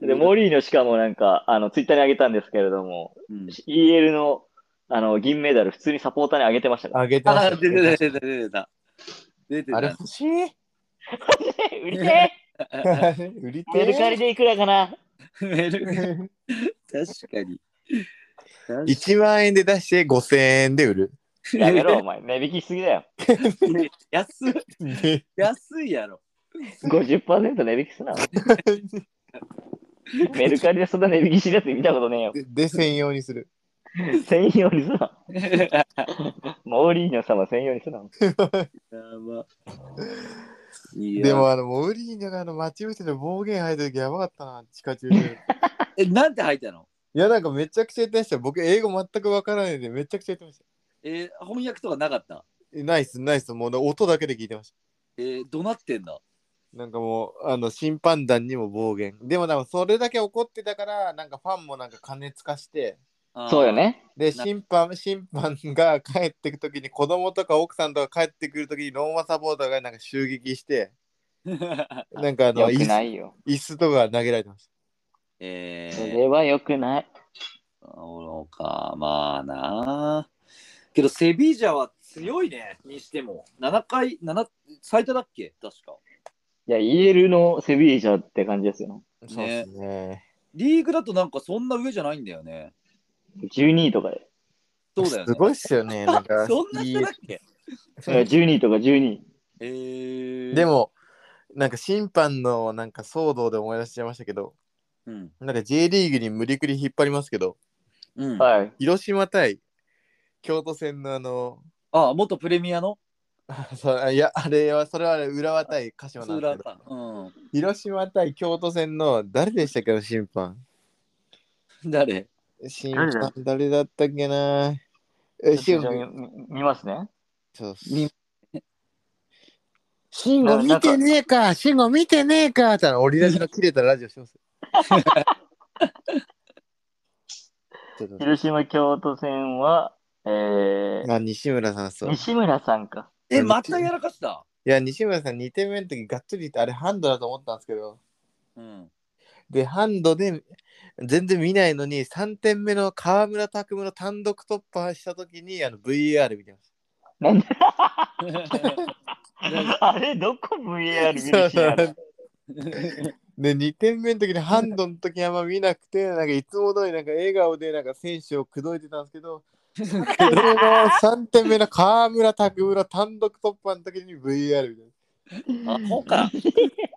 で、モリーニョしかもなんか、あの、ツイッターにあげたんですけれども、ーうん EL の、あの、銀メダル、普通にサポーターにあげてましたから。あげてましあー、た出てた、出てた、出てた。出てあれ [LAUGHS] た。欲しい [LAUGHS] 売りて売りーメルカリてでいくらかなメル確 [LAUGHS] えかに。確か1万円で出して5000円で売る。にやめろ、お前。値引きしすぎだよ。安い、安いやろ。 50%値引きすな。メルカリでそんな値引きしてるやつ見たことねえよ。でで専用にする。専用にすな。モーリーニョ様専用にすな。やば。いやでもあの、モーリーニョがあの待ち伏せで暴言吐いた時やばかったな、地下駐車場 [LAUGHS] で。え、なんて入ったのいや、なんかめちゃくちゃ言ってましたよ。僕、英語全くわからないんで、めちゃくちゃ言ってましたよ。えー翻訳とかなかったえナイス、ナイス。もう音だけで聞いてましえー、どなってんだた。なんかもう、あの、審判団にも暴言。でも、なんかそれだけ怒ってたから、なんかファンもなんか金つかして、あーそうよ。ね。で、な審判、審判が帰ってくときに、子供とか奥さんとか帰ってくるときに、ローマサポーターがなんか襲撃して、 [LAUGHS] なんかあよの、椅くな子いよ。椅子とか投げられてまし [LAUGHS] えそー、れはよくない。そうか、まあな。けど、セビージャは強いね、にしても。7回、7、最多だっけ確か。いや、EL のセビージャって感じですよ。た。そうですね。リーグだとなんかそんな上じゃないんだよね。 12位とかで。そうだよね。、すごいっすよね。なんか [LAUGHS] そんな人だっけいや12位とか12位。えー、で、も、なんか審判のなんか騒動で思い出しちゃいましたけど、うん。なんか J リーグに無理くり引っ張りますけど、うん、あはい。広島対京都戦のあの、あ、元プレミアのそいや、あれは、それは浦和対鹿島なんですけ裏ど、か。うん。広島対京都戦の誰でしたっけ、審判。誰審判誰だったっけなえ、ち慎ょっとじゃあ吾、み見ますね。そうみ慎吾見てねえか、慎吾見てねえかってあの折り出しの切れたラジオして [LAUGHS] ます。ちょっと広島京都戦は、えー、あ西村さんそう。い西村さんか。え、またやらかした。や、西村さん2点目の時がっつりってあれハンドだと思ったんですけど、 [LAUGHS] うん。で、ハンドで全然見ないのに、3点目の河村拓夢の単独突破した時にあの VAR 見てましなんでなん [LAUGHS] あれ、どこ VAR 見そるうしなた。で、2点目の時にハンドの時あんま見なくて、なんかいつも通りなんか笑顔でなんか選手を口説いてたんですけ [LAUGHS] ど、それの3点目の河村拓夢の単独突破の時に VAR 見てました。アホか。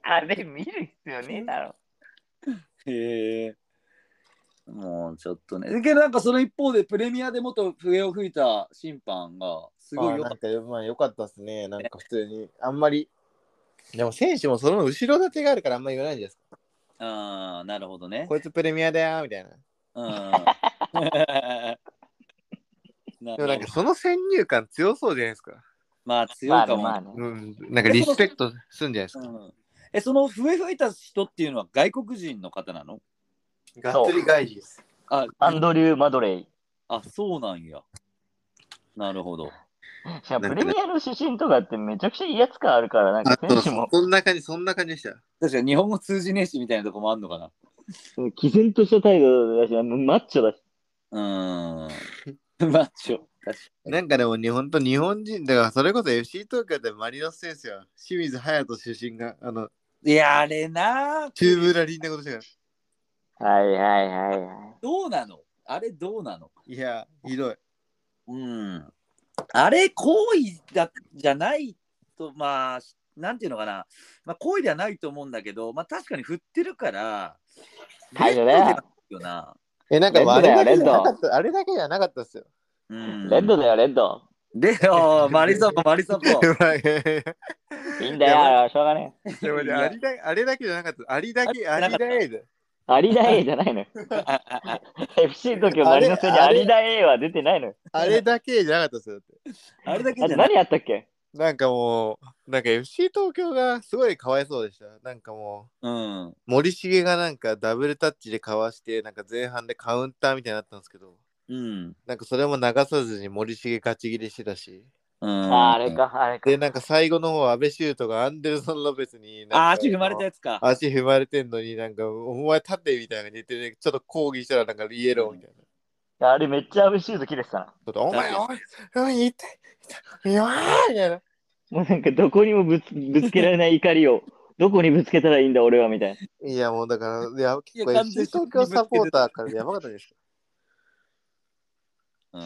あれ、見る必要ねえだろ。へえ。もうちょっとね。けどなんかその一方でプレミアで元笛を吹いた審判がすごまいよあかなっんかまあ良かったですね。なんか普通にあんまり。でも選手もその後ろ盾があるからあんま言わないんじゃないですか。た。ああ、なるほどね。こいつプレミアだよみたいな。うん。なでもなんかるほどその先入観強そうじゃないですか。まあ強まいあかね、も。まあね。うん。なんかリスペクトすんじゃないですか。うんえ、その笛吹いた人っていうのは外国人の方なのがっつり外人です。あアンドリュー・マドレイ。あ、そうなんや。なるほど。いやプレミアの主審とかってめちゃくちゃ威圧感あるから、なんか [LAUGHS] 選手もんな感じ、そんな感じでした。確かに日本語通じねえしみたいなとこもあんのかな。うん毅然とした態度だし、マッチョだし。うーん。 [LAUGHS] マッチョ。確かに。なんかでも日本と日本人、だからそれこそ FC 東京でマリノス選手は清水隼人出身が、あの、いや、あれなチューブラリンなことしたから。はいはいはいはい。どうなのあれどうなのいや、ひどい。うん。あれ、行為だじゃないと、まあ、なんていうのかな、まあ、行為ではないと思うんだけど、まあ、確かに振ってるから、態度ねレッドではないよな。え、なんかレッドだよあれだけじゃなかったあれだけじゃなかったっ [LAUGHS] すよ。うん、レッドだよ、レッド。で、おーマリサポ、マリ [LAUGHS] サポ。いいんだよ、しょうがねでもねいやありだあれだけじゃなかった。ありだけ、あありれじゃなかっただけで。有田 A じゃないのよ。FC 東京マリノス戦にあれ有田 A は出てないのよ。あれだけじゃなかったですよ。だってあれだけあじとゃない。何やったっけなんかもう、なんか FC 東京がすごいかわいそうでした。なんかもうん。う、森重がなんかダブルタッチでかわして、なんか前半でカウンターみたいになったんですけど、うん。なんかそれも流さずに森重勝ち切れしてたし、うん、ああれ。か、あれか。で、なんか最後の方、安倍シュートがアンデルソン・ロペスになんかあー、足踏まれたやつか。足踏まれてんのになんか、お前立てみたいな感じで言って、ね、ちょっと抗議したらなんかイエローみたいな。あれめっちゃ FC と切れてたな。ちょっとお前、確おい、おい、痛い、痛い、いやーみたいな。もうなんかどこにもぶつぶつけられない怒りを、どこにぶつけたらいいんだ俺はみたいな。いや、もうだから、いや、結構いや完全 FC に東京サポーターからやばかったです。うん。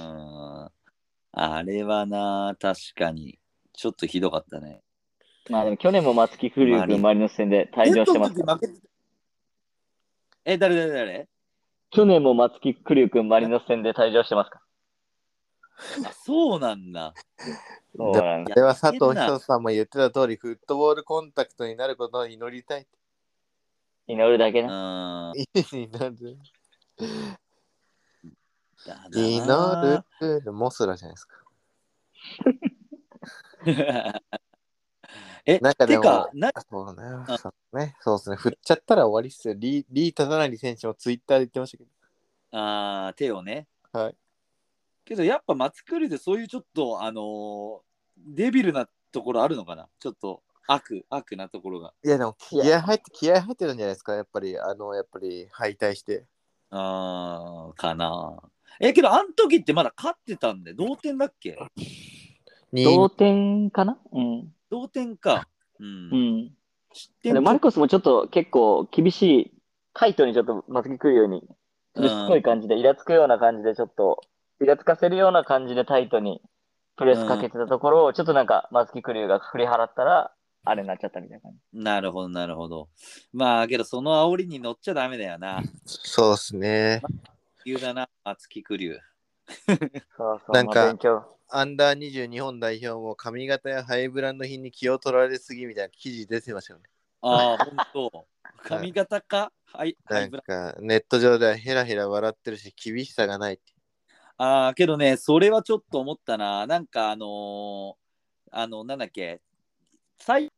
あれはな、確かに。ちょっとひどかったね。まあでも去年も松木玖生君マリノス戦で退場してますから。え、誰誰誰去年も松木玖生君マリノス戦で退場してますかあ、そうなんだ。ら。そうなんだあれは佐藤久さんも言ってた通り、フットボールコンタクトになることを祈りたい。祈るだけうん。な。だ祈る。な [LAUGHS] 祈る。モスラじゃないですか。え、なんかでてもか、なそうね。そうね。そうですね。振っちゃったら終わりっすよ。リー・リータダナリ選手もツイッターで言ってましたけど。あー手をね。はい。けどやっぱ松クルでそういうちょっとあのーデビルなところあるのかなちょっと悪悪なところが。いや、でも気い合入って、気合入ってるんじゃないですか。やっぱり、あの、やっぱり敗退して。あーかな。えけどあん時ってまだ勝ってたんで同点だっけ同点かなうん。同点か。うん。うん。失で点マルコスもちょっと結構厳しい、カイトにちょっと松木来るように、うしんつこい感じで、イラつくような感じで、ちょっと、イラつかせるような感じでタイトにプレスかけてたところを、ちょっとなんか松木来るが振り払ったら、あれになっちゃったみたいな感じ。なるほどなるほど。まあけどその煽りに乗っちゃダメだよな。そうですね。急だな松木玖 [LAUGHS] 生。そうそう、なんかまあ勉強。アンダー2 2日本代表も髪型やハイブランド品に気を取られすぎみたいな記事出てましたよね。ああ本当。髪型か、はい、はないんブラかネット上ではヘラヘラ笑ってるし厳しさがないって。ああ、けどね、それはちょっと思ったな。なんかあのーあの、なんだっけ、最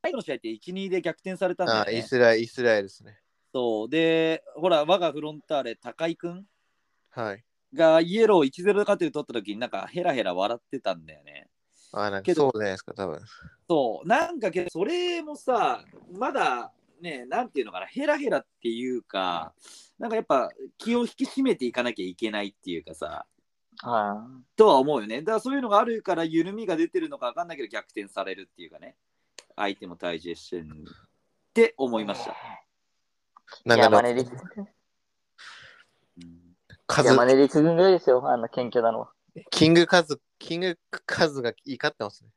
最後の試合って1、2で逆転されたんだあよ、イね。スラエル、イスラエルですね。そう。で、ほら、我がフロンターレ、高井くんはい。がイエロー1-0で勝てる取った時になんかヘラヘラ笑ってたんだよね。あなんかけそどうじゃないですか、多分。そう。なんかけど、それもさ、まだ、ね、なんていうのかな、ヘラヘラっていうか、なんかやっぱ気を引き締めていかなきゃいけないっていうかさ、はとは思うよね。だからそういうのがあるから緩みが出てるのか分かんないけど逆転されるっていうかね。相手も退治してるって思いました。い。なんか山だ根律うん数山根律君ぐらいですよ、あの、謙虚なのは。キングカズ、キングカズが怒ってますね。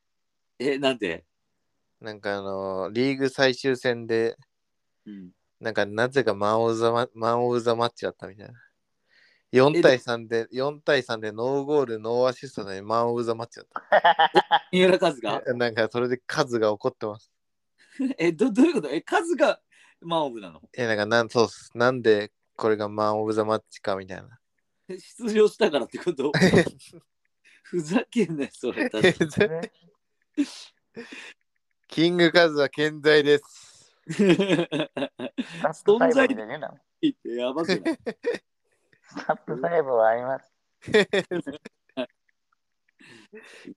え、なんで、なんかあのーリーグ最終戦で、うん、なんかなぜかマン・オブ・ザ・ママンオブザマッチだったみたいな。4対3で、4対3でノーゴール、ノーアシストでマン・オブ・ザ・マッチだっ三浦和がた。なんかそれでカズが怒ってます。えど、どういうことえ、和がマンオブなのえ、なんかなん、そうっす。なんでこれがマン・オブ・ザ・マッチかみたい [LAUGHS] な。え出場したからってことふざけんなよ、それ。確かにキングカズは健在です。 [LAUGHS] 存在でねえな。やばくないタップ細胞はあります。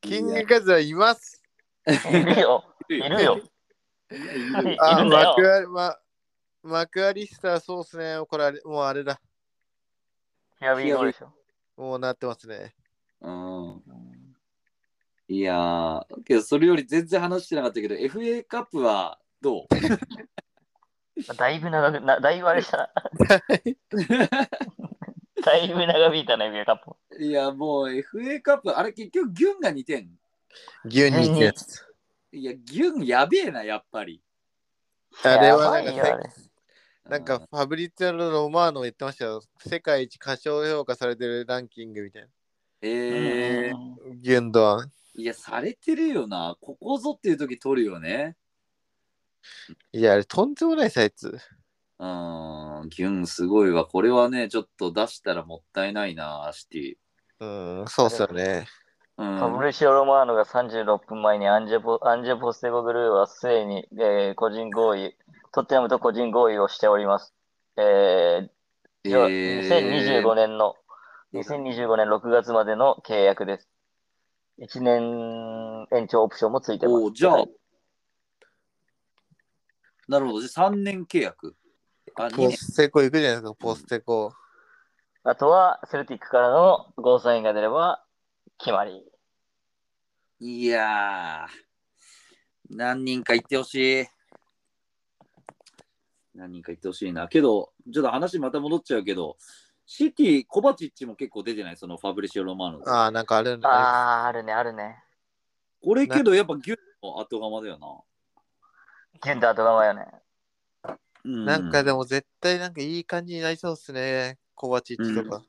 キンいやグカズはいます。いるよ。いいるるよ。よあ、いるんだよマクアリ、ま、マクアリスター、そうっすね。これあれ、もうあれだ。ヒアウィーゴーでしょ。もうなってますね。うんいやー、けどそれより全然話してなかったけど、FA カップはどうだいぶ長く、なだいぶあれした [LAUGHS] な。だいぶ長引いたね、ビアカップ。いや、もう FA カップ、あれ結局ギュンが2点。牛にってやつ。いや、ギュンやべえな、やっぱり。あれはなんかやばいよあれなんかファブリツィアのロマーノ言ってましたよ。世界一過小評価されてるランキングみたいな。うん、えうんギュンドアン。ー、いや、されてるよな。ここぞっていう時取るよね。いや、あれとんでもないサイズ。うん、ギュンすごいわ。これはね、ちょっと出したらもったいないな、シティ。うん、そうっすよね。うファブん、リシオ・ロマーノが36分前にアンジェポアンジェポステゴグルーはすでに、えー個人合意、トッテナムと個人合意をしております。えーじゃあ2025年の、2025年6月までの契約です。1年延長オプションもついてます。おーじゃあはい、なるほど。じゃあ3年契約。あ、2ポ年。ステコ行くじゃないですか、ポステコ。あとはセルティックからのゴーサインが出れば決まり。いやー、何人か行ってほしい。何人か行ってほしいな。けど、ちょっと話また戻っちゃうけど、シティ、コバチッチも結構出てない、そのファブリシオ・ロマーノ。ああ、なんかあれ、ああー、あるね、あるね。これけど、やっぱギュンの後釜だよギュンと後釜よね。な。れなんかでも。も絶対なんかいい感じになりそうっすね。コバチッチとか。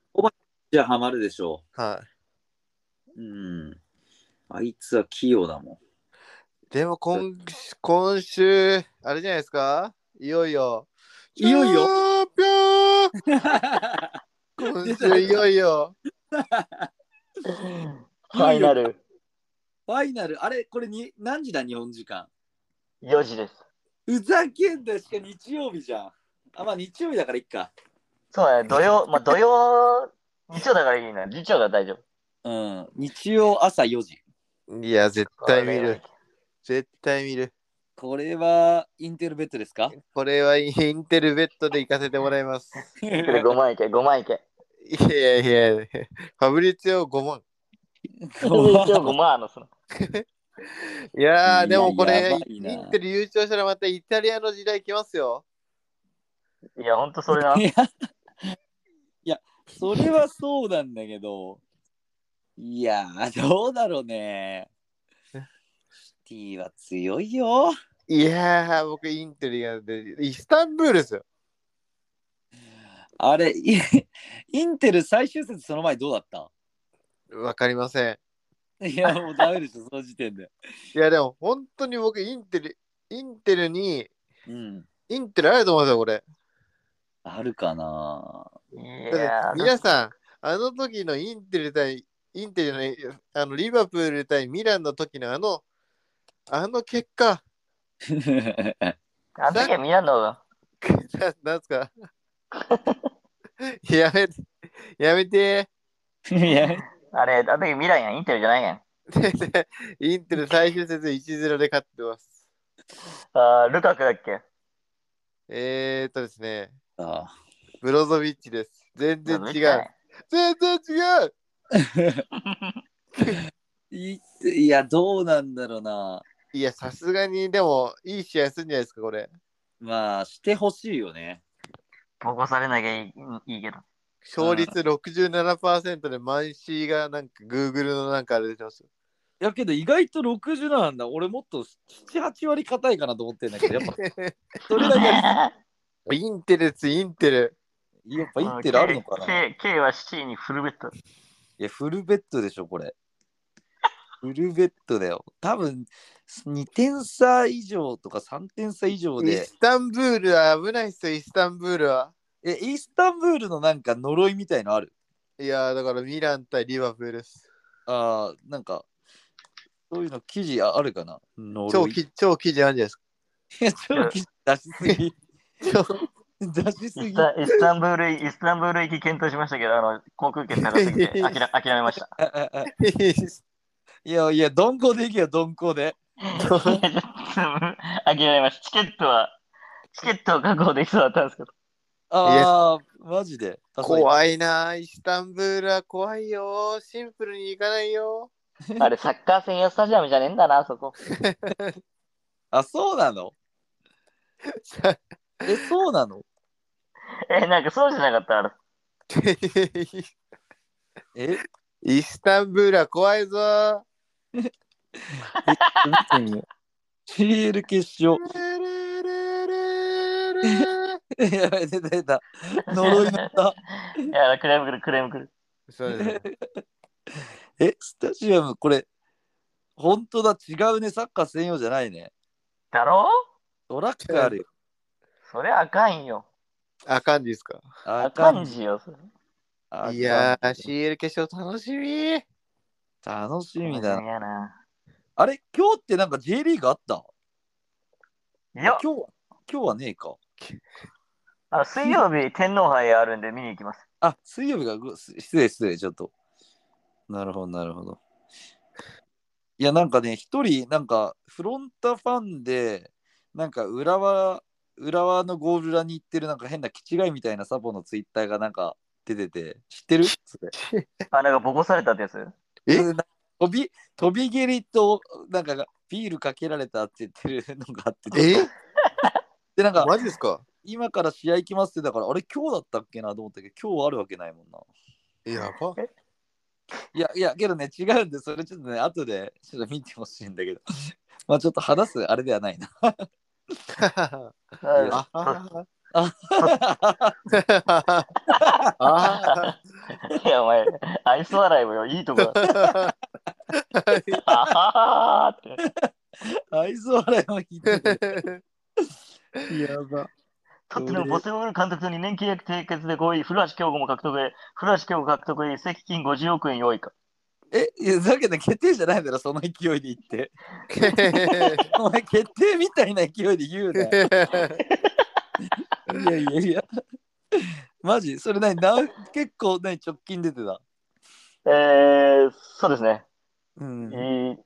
じゃあ、ハマるでしょはう。うん。あいつは器用だもん。い。でも今、今週、あれじゃないですかいよいよ。いよいよチャンピオン今週いよいよ。ファイナルファイナル、あれ、これに何時だ、日本時間。 4時です。ふざけんだしか日曜日じゃん。あ、まあ日曜日だからいっか。そうだね、土曜、まあ、土曜、日曜だからいいな、日曜だから大丈夫。うん。日曜朝4時。いや、絶対見る。。絶対見る。これはインテルベッドですかこれはインテルベッドで行かせてもらいます。 [LAUGHS] 5万いけ、5万いけ。いやいやいや、ファブリツィオ5万。一応5万のその。いやー、でもこいやれやば、イいなンテル優勝したらまたイタリアの時代来ますよ。いや、ほんとそ [LAUGHS] れな。いやいや、それはそうなんだけど、いやー、どうだろうね。シティは強いよ。いやー、僕インテリアで、イスタンブールですよ。あれ、いインテル最終節その前どうだっわかりません。たいや、もうダメでしょ、その時点で。いや、でも本当に僕インテル、インテルに、うん。インテルあると思うんですよ、これ。あるかない [LAUGHS] だやってー、皆さん、あの時のインテル対、インテルじゃないあのリバプール対ミランの時のあの、あの結果、 [LAUGHS] あの時はミラノが、ななんすかやめて、やめて、 [LAUGHS] いや、あれ、あの時ミランやん、インテルじゃないやん。インテル最終節1-0で勝ってます。あールカクだっけえーっとですね、あブロゾビッチです。全然違う。う。全然違ういいや、どうなんだろうな。いや、さすがに、でも、いい試合するんじゃないですか、これ。まあ、してほしいよね。ボコされなきゃいいいいけど。勝率67%でマンシーがなんか Google のなんかあれでしますよ。やけど、意外と60なんだ。俺もっと7、8割硬いかなと思ってんだけど、やっぱ、それだけ、やインテルです、インテル。っぱインテルあるの [LAUGHS] かな。い K, K はシティにフルベッド。や、フルベッドでしょ、これ。フルベッドだよ。多分、2点差以上とか3点差以上イで、スタンブールは危ないっすよ、イスタンブールは。え、イスタンブールのなんか呪いみたいのあるいやー、だからミラン対リバプールです。あーなんか、そういうの記事ああるかな呪い。超き超記事あるんじゃないですか。いや [LAUGHS] 超記事出しすぎ。 [LAUGHS] 出しすイぎス。タイスタンブールイ、イスタンブール行き検討しましたけど、あの、航空券高すぎて、あきら諦めました。いやいや、鈍行で行けよ、鈍行で。いやちょっ [LAUGHS] と諦めました。チケットは、チケットを確保できそうだったんですけど。ああ、マジで。 [LAUGHS] 怖いなー、イスタンブールは怖いよー。シンプルに行かないよあれ、サッカー専用スタジアムじゃねえんだな、あそこ。あ、そうなのー。え、そうなのえ、なんかそうじゃなかったら、え、イスタンブールは怖いぞー。見てみよう。CL 決勝。 [LAUGHS] やべ、出た出た。呪いの歌。いや、クレームくる、クレームくる。 [LAUGHS] そうですね。え、スタジアム、これ、本当だ、違うね、サッカー専用じゃないね。だろトラックあるよ。そりゃあかんよ。あかんですか。ああかんじよ。それあいやかんー、CL 決勝楽しみ。楽しみだな。やな。あれ今日ってなんか J リーグあったいや、今日は今日はねえか。あの水曜日天皇杯あるんで見に行きます。あ、水曜日がぐす失礼失礼、ちょっと。なるほど、なるほど。いや、なんかね、一人、なんか、フロンタファンで、なんか、浦和、浦和のゴール裏に行ってる、なんか変な気違いみたいなサポのツイッターがなんか出てて、知ってるそれあ、なんかボコされたってやつ。えそれな飛び、飛び蹴りと、なんかが、ビールかけられたって言ってる [LAUGHS] のがあって、えで、なんか、マジですか今から試合行きますってだから、あれ、今日だったっけなと思ったけど、今日あるわけないもんな。やば。いやいや、けどね、違うんで、それちょっとね、後でちょっと見てほしいんだけど、 [LAUGHS] まあちょっと話すあれではない [LAUGHS] な。ああははああ [LAUGHS] いや、お前、愛想笑いもよ、いいとこだ。あははーって。愛想笑いも聞いてる。やば。トッテナムボスボール監督と2年契約締結で合意、古橋京吾も獲得へ、古橋京吾獲得へ移籍金50億円用意か。え、いや、だけど決定じゃないだろ、その勢いで言って。 [LAUGHS] お前、決定みたいな勢いで言う [LAUGHS] なよ。いやいやいや。 [LAUGHS] マジそれ何な結構ね、直近出てた。えー、そうですね。うんえ。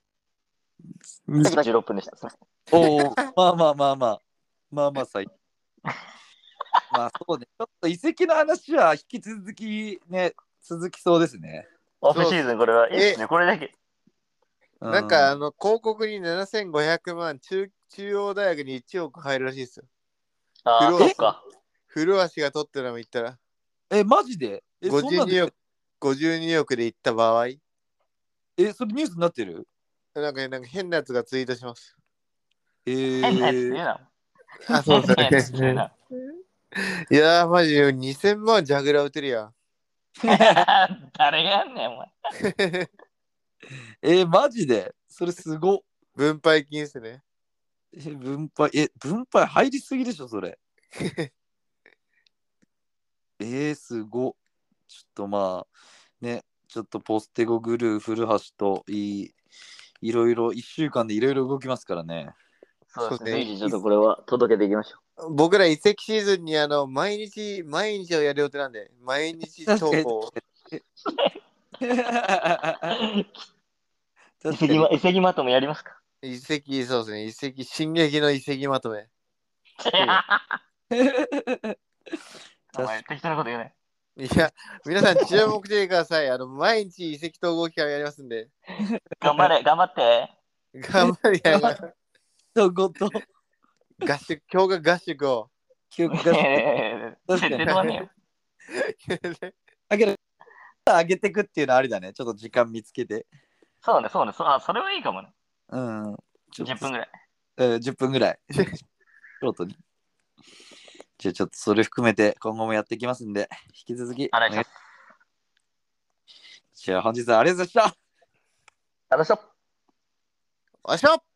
ー、26分でした。すいませんおお、まあまあまあまあ、まあまあ最近。まあそうね、ちょっと遺跡の話は引き続きね、続きそうですね。オフシーズン、これは、いいですね。これだけ。うなんかあ、の広告に7500万中中央大学に1億入るらしいですよ。あー、黒そいっか。古橋が取ってるのも言ったらえ、マジでえ、そんなんで52億 ,52 億で行った場合え、それニュースになってるなんかなんか変なやつがツイートします。え変なやつ言うー、な。あ変なやつ言うな。いやーマジで2000万ジャグラー打てるやん。 [LAUGHS] 誰がやんねん、お前。えーマジでそれすごっ。分配金ですね。え、分配、え、分配入りすぎでしょ、それ。えー、すごっ。ちょっとまあ、ね、ちょっとポステゴグルー、古橋といい、いろいろ、1週間でいろいろ動きますから [LAUGHS] ね。そうですね。そうですね随時ちょっとこれは届けていきましょ僕ら移籍シーズンにあの毎日毎日をやる予定なんで毎日投稿。確う。移か籍にま、移籍まともやりますか移籍そうですね移籍進撃の移籍まとめ。お前、適当なこと言うね。いや皆さん注目してください。あの毎日移籍統合期間やりますんで頑張れ、頑張って。頑張りやがとこと合宿強化合宿を。 [LAUGHS] 記憶がええ確かに絶対飛ばねえよ。だけど上げてくっていうのありだねちょっと時間見つけてそうね、そうね。そあそれはいいかもね。うんちょっと10分ぐらい。うん10分ぐ [LAUGHS] らいショートにじゃあちょっとそれ含めて今後もやっていきますんで引き続きあら、ありがとうじゃあ本日はありがとうございましたございました。おいしょ